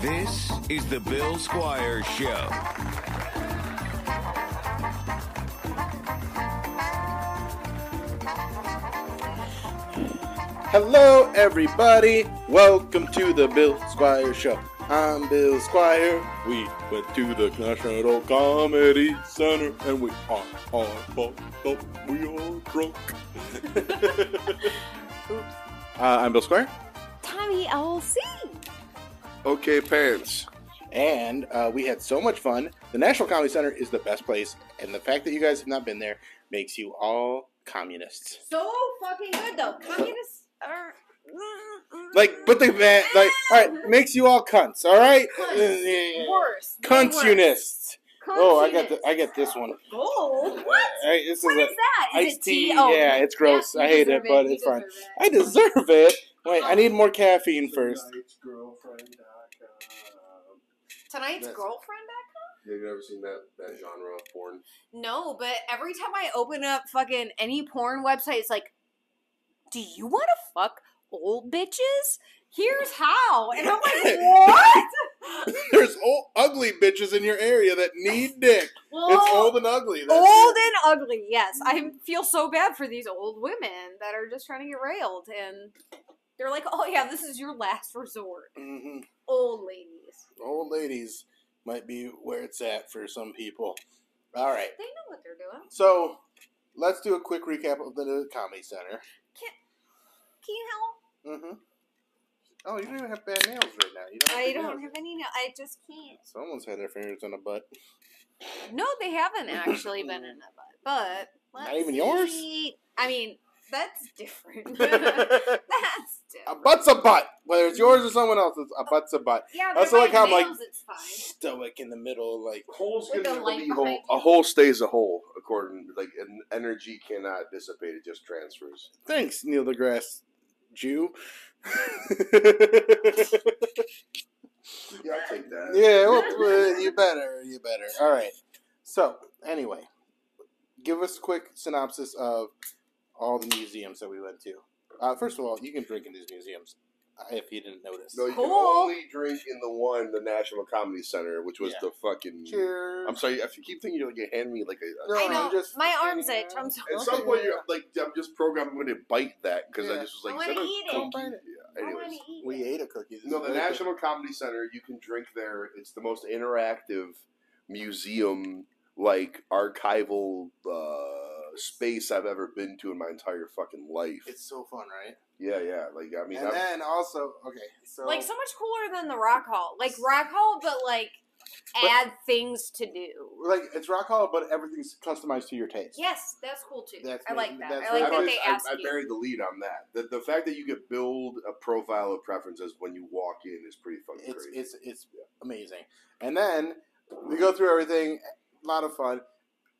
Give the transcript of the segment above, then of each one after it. This is the Bill Squire Show. Hello, everybody. Welcome to the Bill Squire Show. I'm Bill Squire. We went to the National Comedy Center and we are all fucked up. We are drunk. Oops. Uh, I'm Bill Squire. Tommy LC. Okay, pants. And uh, we had so much fun. The National Comedy Center is the best place. And the fact that you guys have not been there makes you all communists. So fucking good though. Communists are. mm, Like, but the man, like, all right, makes you all cunts, all right? mm, Worse. Way worse. Cunts unists. Oh, I got Consunists. the, I got this one. Gold? What? Hey, this What is a- is that? Is iced it tea? tea, Oh, yeah, it's gross. I hate it, but it's fine. I deserve it. Wait, I need more caffeine first. Tonight's That's- girlfriend act? You've never seen that, that genre of porn? No, but every time I open up fucking any porn website, it's like, do you want to fuck old bitches? Here's how. And I'm like, what? There's old, ugly bitches in your area that need dick. It's Well, old and ugly. That's Oh, old it. Mm-hmm. and ugly. Yes, I feel so bad for these old women that are just trying to get railed, and they're like, "Oh yeah, this is your last resort, Mhm. old ladies." Old ladies might be where it's at for some people. All right, They know what they're doing. so let's do a quick recap of the new Comedy Center. Can you help? Mm-hmm. Oh, you don't even have bad nails right now. You don't I bad don't nails. have any. now- I just can't. Someone's had their fingers in a butt. No, they haven't actually been in a butt, but Not let's even yours? see. I mean, that's different. that's a different. butt's a butt. Whether it's yours or someone else's, a butt's a butt. Yeah, That's they're like how I'm like- nails, it's fine. Stoic in the middle, like Holes With can the never light be behind whole. Oh, you. A hole stays a hole, according like an energy cannot dissipate; it just transfers. thanks, Neil deGrasse Jew. Yeah, I'll take that. yeah, well, well, you better, you better. All right. So anyway, give us a quick synopsis of all the museums that we went to. Uh, first of all, you can drink in these museums uh, if you didn't notice. No, you can Cool. only drink in the one, the National Comedy Center, which was Yeah. the fucking. Cheers. I'm sorry, if you keep thinking you're like, gonna hand me like a. No, I I'm know. just- my arms itch. I'm so At some point, you're like, I'm just programmed. I'm going to bite that because Yeah. I just was I like, wanna is that a eat it. cookie? Don't bite it. Yeah, I anyways. want to eat. We it. ate a cookie. This No, is the really good. National Comedy Center, you can drink there. It's the most interactive museum, like archival uh, space I've ever been to in my entire fucking life. It's so fun, right? yeah, yeah. Like I mean, and I've- then also, okay, so like so much cooler than the rock hall like rock hall but like But- add things to do like it's rock hall, but everything's customized to your taste. yes that's cool too That's i what- like that that's i like what that I they I, ask I you buried the lead on that. The, the fact that you could build a profile of preferences when you walk in is pretty fucking it's crazy. it's it's amazing. And then we go through everything, a lot of fun.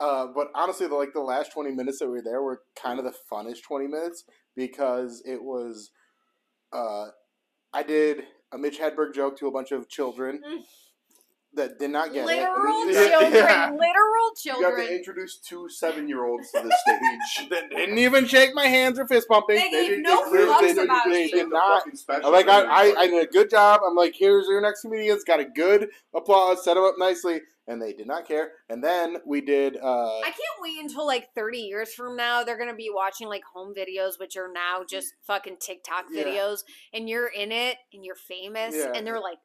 Uh, but honestly, the, like the last twenty minutes that we were there were kind of the funnest twenty minutes because it was, uh, I did a Mitch Hedberg joke to a bunch of children Mm. that did not get literal it. children Yeah. literal you got to children introduce two seven-year-olds to the stage. They didn't even shake my hands or fist bump. They, They gave didn't- no they- fucks they- they- about they you. did The not fucking special Like I, thing. I, I did a good job. I'm like, here's your next comedians. Got a good applause. Set them up nicely, and they did not care. And then we did. Uh, i can't wait until like 30 years from now they're gonna be watching like home videos which are now just fucking tiktok Yeah. videos and you're in it and you're famous Yeah. and they're like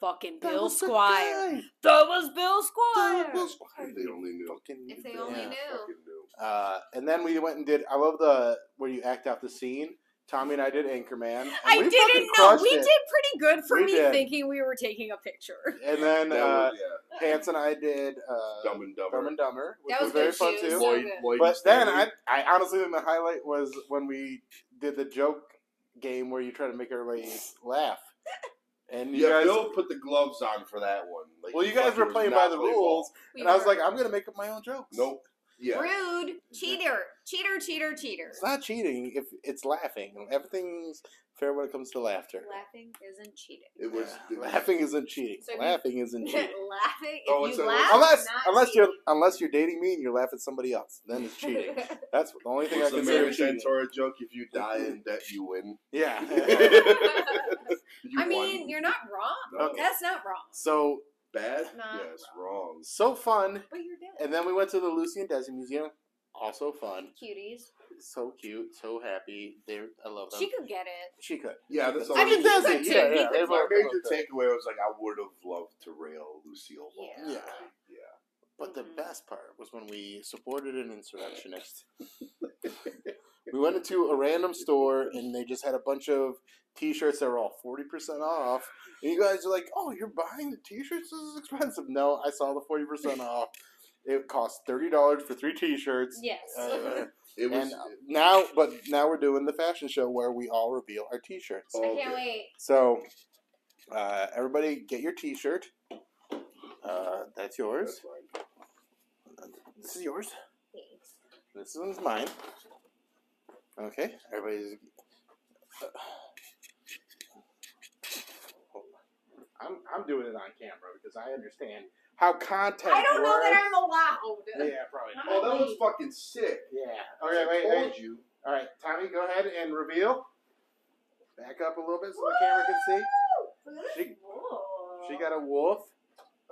fucking that bill was the squire guy. that was bill That squire was Squire. If they only knew. Fucking- if they only yeah. knew Fucking knew. Uh, and then we went and did. I love the where you act out the scene. Tommy and I did Anchorman. and I we didn't fucking know. crushed We it. did pretty good for We me did. thinking we were taking a picture. And then That uh, was, yeah. Pants and I did uh, Dumb and Dumber. Dumb and Dumber, which That was, was very good fun too. too. So Lloyd- good. Lloyd But then I, Stanley. I honestly think the highlight was when we did the joke game where you try to make everybody laugh, and you yeah, guys, Bill put the gloves on for that one. Like, well, he you guys fucking were was playing not by the rules, We and I was were like, I'm gonna make up my own jokes. Nope. Yeah. rude, cheater, cheater, cheater, cheater. it's not cheating if it's laughing. Everything's fair when it comes to laughter. Laughing isn't cheating. It was Yeah, laughing isn't cheating. So if you- laughing isn't cheating. laughing. If Oh, you it's a- laugh, Unless, not unless you're cheating. unless you're dating me and you're laughing at somebody else, then it's cheating. That's the only thing I It's a consider Mary cheating. Santora joke. If you die in debt, you win. Yeah, That's You I mean, you're not wrong. won. No. Okay. That's not wrong. So bad. Not yes, wrong. so fun. But you're dead. And then we went to the Lucy and Desi Museum. Also fun. Cuties. So cute. So happy. They, I love them. She could get it. She could. Yeah, that's all. I mean, She he does could it. too. Yeah, He yeah, could everyone- my major everyone does. takeaway was like, I would have loved to rail Lucille. Yeah. Yeah. Yeah. But the Mhm. best part was when we supported an insurrectionist. we went into a random store and they just had a bunch of t-shirts that were all 40% off. And you guys are like, oh, you're buying the t-shirts? This is expensive. No, I saw the 40% off. It cost $30 for three t-shirts. Yes. Uh, It was. and now, but now we're doing the fashion show where we all reveal our t-shirts. I can't okay. wait. So, uh, everybody, get your T-shirt. Uh, that's That's yours. fine. This is yours. Thanks. This one's mine. Okay, everybody's. uh, I'm I'm doing it on camera because I understand how content. I don't know works. that I'm allowed. Yeah, probably. I'm not. Oh, that was fucking sick. Yeah. Okay, wait, I wait. told you. All right, Tommy, go ahead and reveal. Back up a little bit so the camera can see. She- She got a wolf.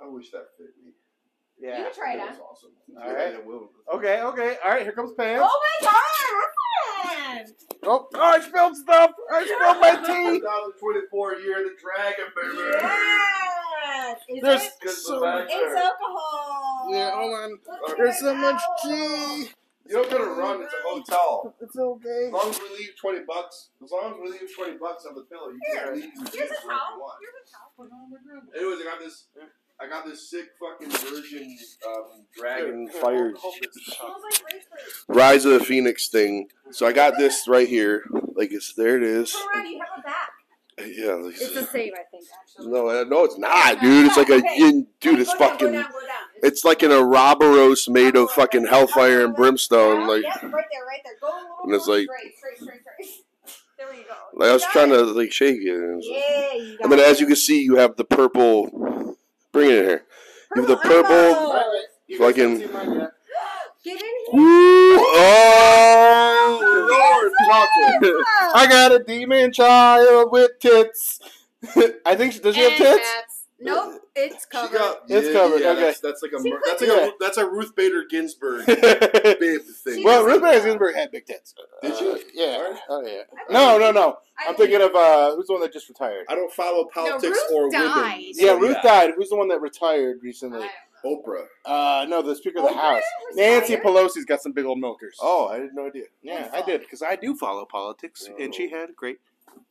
I wish that fit me. Yeah. You can try it That on. was awesome. All Yeah, right. it will. Okay, okay. All right, here comes Pam. Oh, Oh my god! Ryan! oh, I spilled stuff. I spilled my tea. 2024 year of the dragon, baby. Yes! Is There's it? so much. It's alcohol. Yeah, hold on. Look at Oh, There's it so much out. tea. You're not gonna run. It's a hotel. It's okay. As long as we leave 20 bucks, as long as we leave 20 bucks on the pillow, you Here. can leave. and Here's a do whatever you towel. want. Here's a towel. Anyways, I got this. I got this sick fucking virgin um, dragon Here, fire. hold- hold this. Smells like grapefruit. Rise of the Phoenix thing. So I got this right here. Like it's there. It is. Turn around, you have a back. Yeah. like- It's the same, I think, actually. No, uh, no, it's not, dude. It's like a yin- dude. It's Go down, Go fucking. down, go down. It's like an Ouroboros made of fucking hellfire and brimstone. uh, Like, Yep, right there, right there. Go a little And it's more like- straight, straight, straight, straight. There you go. like I was Got trying it. to like shake it. and it's like- Yeah, you got And then, it. as you can see, you have the purple. Bring it in here. you have the All elbow. right, wait. You guys Fucking- haven't seen mine yet. Get in here. Woo! Oh, Lord, fucking. I got a demon child with tits. I think she, does she have tits? Nope, it's She covered. got, It's covered, okay. That's, that's like a She mur- put that's the- like a that's a Ruth Bader Ginsburg babe thing. She well, does. Ruth Bader Ginsburg had big tits. Did Uh, she? yeah. Alright. Oh yeah. I No, think- no, no. I I'm think- thinking of uh, who's the one that just retired? I don't follow politics Ruth or died. women. Yeah, so Ruth died. Who's the one that retired I- recently? Oprah. Uh, no, the Speaker of the Oprah House. was Nancy fired? Pelosi's got some big old milkers. Oh, I had no idea. Yeah, Wonderful. I did because I do follow politics, and she Oh. had great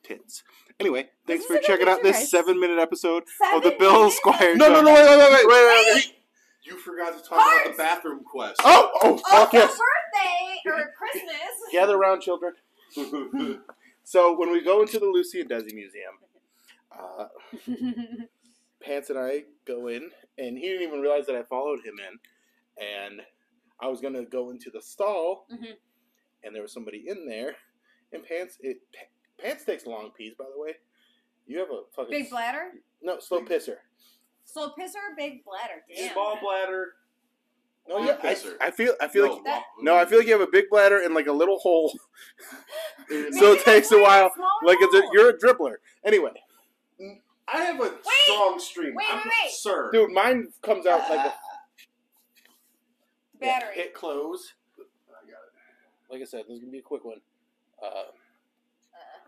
tits. Anyway, thanks is for a good checking out this picture, guys. seven-minute episode of Seven oh, the Bill minutes? Squire. No, Show. no, no, wait, wait, wait, wait, wait, wait, Wait. wait. You forgot to talk Hearts. about the bathroom quest. Oh, oh, Oh, fuck for yes! birthday or Christmas. Gather around, children. So when we go into the Lucy and Desi Museum, uh, Pants and I go in, and he didn't even realize that I followed him in. And I was gonna go into the stall, Mhm. and there was somebody in there. And Pants, it Pa- Pants takes long pees, by the way. You have a fucking big bladder. no slow pisser. So pisser, big bladder. Damn. Small bladder. No, Long yeah, I, pisser. I feel I feel like that- no, I feel like you have a big bladder and like a little hole. It's- So it Maybe takes that's a why while, it's small Like it's a, hole. you're a dribbler. Anyway, I have a strong stream. Wait, I'm- wait, wait. Sir. dude, mine comes out like a battery. hit close. I got it. Like I said, this is gonna be a quick one. Uh,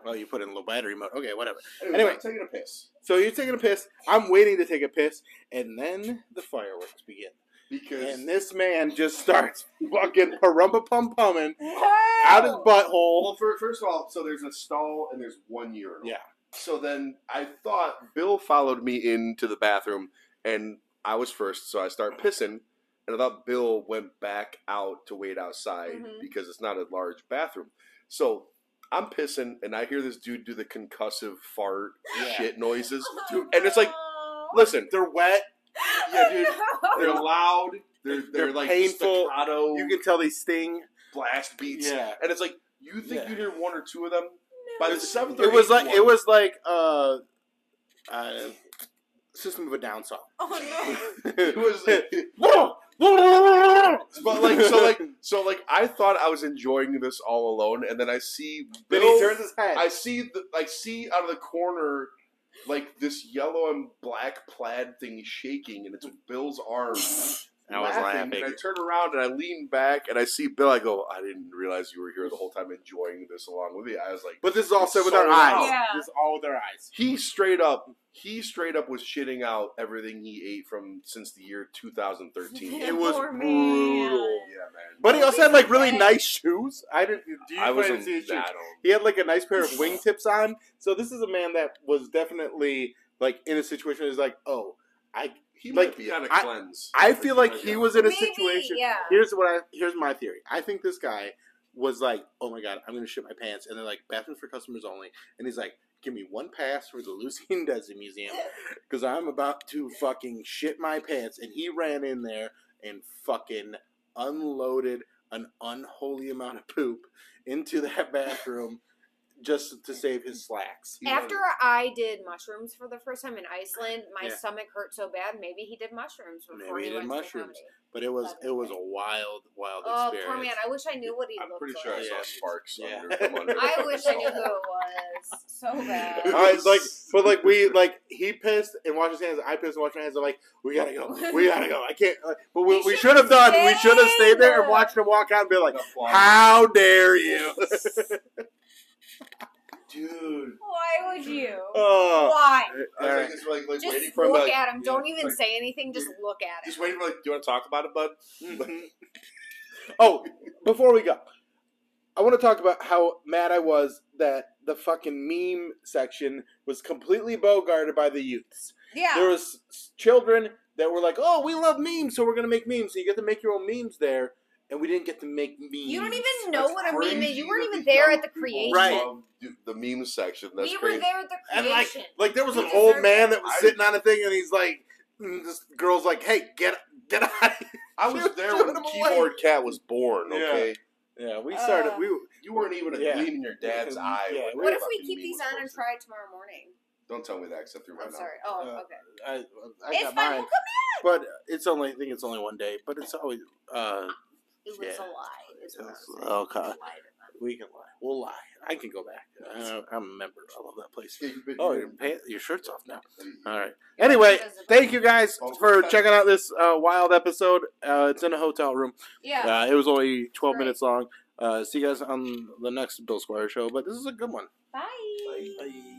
well, you put in low battery mode. Okay, whatever. Anyway. Anyway, I'm taking a piss. So you're taking a piss. I'm waiting to take a piss, and then the fireworks begin. Because And this man just starts fucking parumba pum pumming out his Ow! butthole. Well, fir- first of all, so there's a stall and there's one urinal. Yeah. So then I thought Bill followed me into the bathroom, and I was first, so I start pissing, and I thought Bill went back out to wait outside Mhm. because it's not a large bathroom. So I'm pissing, and I hear this dude do the concussive fart Yeah. shit noises. Oh, Dude, and it's like, no. Oh, listen, They're wet. yeah, dude, No. they're loud. They're they're, They're like painful. staccato You can tell they sting. blast beats, and it's like you think Yeah. you'd hear one or two of them. By the seventh, or It was eighth like one, it was like uh, uh System of a Down song. Oh It was like, but but like so like so like I thought I was enjoying this all alone, and then I see then Bill. he turns his head. I see the I see out of the corner like this yellow and black plaid thing shaking, and it's Bill's arm. I was laughing. And I turn around and I lean back and I see Bill. I go, I didn't realize you were here the whole time enjoying this along with me. I was like, But this is all It's said with so our eyes. loud. Yeah. This is all with our eyes. he straight up, he straight up was shitting out everything he ate from since the year 2013. Yeah, It was poor brutal. man. Yeah, man. But he also had like really Okay. nice shoes. I didn't. Do you I was didn't in see his shoes? that. He had like a nice pair of wingtips on. So this is a man that was definitely like in a situation. where He's like, oh, I He Like, might be on a I- cleanse. I feel like might be he on was a in a Maybe, situation. yeah. Here's what I here's my theory. I think this guy was like, oh my god, I'm gonna shit my pants, and they're like bathrooms for customers only, and he's like, give me one pass for the Lucy and Desi Museum because I'm about to fucking shit my pants, and he ran in there and fucking unloaded an unholy amount of poop into that bathroom just to save his slacks. He After might- I did mushrooms for the first time in Iceland, my Yeah. stomach hurt so bad. Maybe he did mushrooms before Maybe he he, did went mushrooms. to comedy. But it was it was a wild, wild Oh, experience. poor man! I wish I knew what he I'm looked pretty like. sure I Yeah. saw sparks Yeah. under from under. I that wish I knew who it saw. was so bad. All right, like, but like we like he pissed and washed his hands. I pissed and washed my hands. I'm like, we gotta go, we gotta go. I can't. Like, but we, We we should have should've done. We stayed should have stayed there and there. watched him walk out and be like, Applaud. how dare you? dude? Why would you? oh, Why? I was All like, right. it's like, like uh, waiting Just for him. look like, at him. Don't even like, say anything. Just look at Just him. waiting for like, do you want to talk about it, bud? Mhm. oh, before we go, I want to talk about how mad I was that the fucking meme section was completely bogarted by the youths. there Yeah. was s- children that were like, "Oh, we love memes, so we're gonna make memes." So you get to make your own memes there, and we didn't get to make memes. You don't even know That's what a meme is. crazy You weren't that even the there young at the people creation. Right. love do- The meme section. That's We were crazy. there at the And like, creation. like there was You an old deserve man it. that was I- sitting on a thing, and he's like, and this girl's like, "Hey, get get out!" of here." I She was was there showing when them Keyboard Cat was born. Yeah. Okay, Yeah, we started. Uh, we you weren't even a Yeah. gleam in your dad's Yeah, eye. yeah, when we- what that if we fucking keep meme these was on and posted. try it tomorrow morning? Don't tell me that except through my I'm mouth. sorry. Oh, Uh, okay. I, I It's got fine. mine, We'll come but it's only. I think it's only one day, but it's always. Uh, It was Yeah. a lie. Is what I was saying. Okay. It was a lie. we can lie. We'll lie. I can go back. Uh, I'm a member. I love that place. Yeah, you've been- Oh, your pants, your shirt's off now. Yeah. All right. Anyway, Because of- thank you guys for checking out this uh, wild episode. Uh, it's in a hotel room. Yeah. Uh, it was only 12 Great. minutes long. Uh, see you guys on the next Bill Squire show, but this is a good one. Bye. Bye.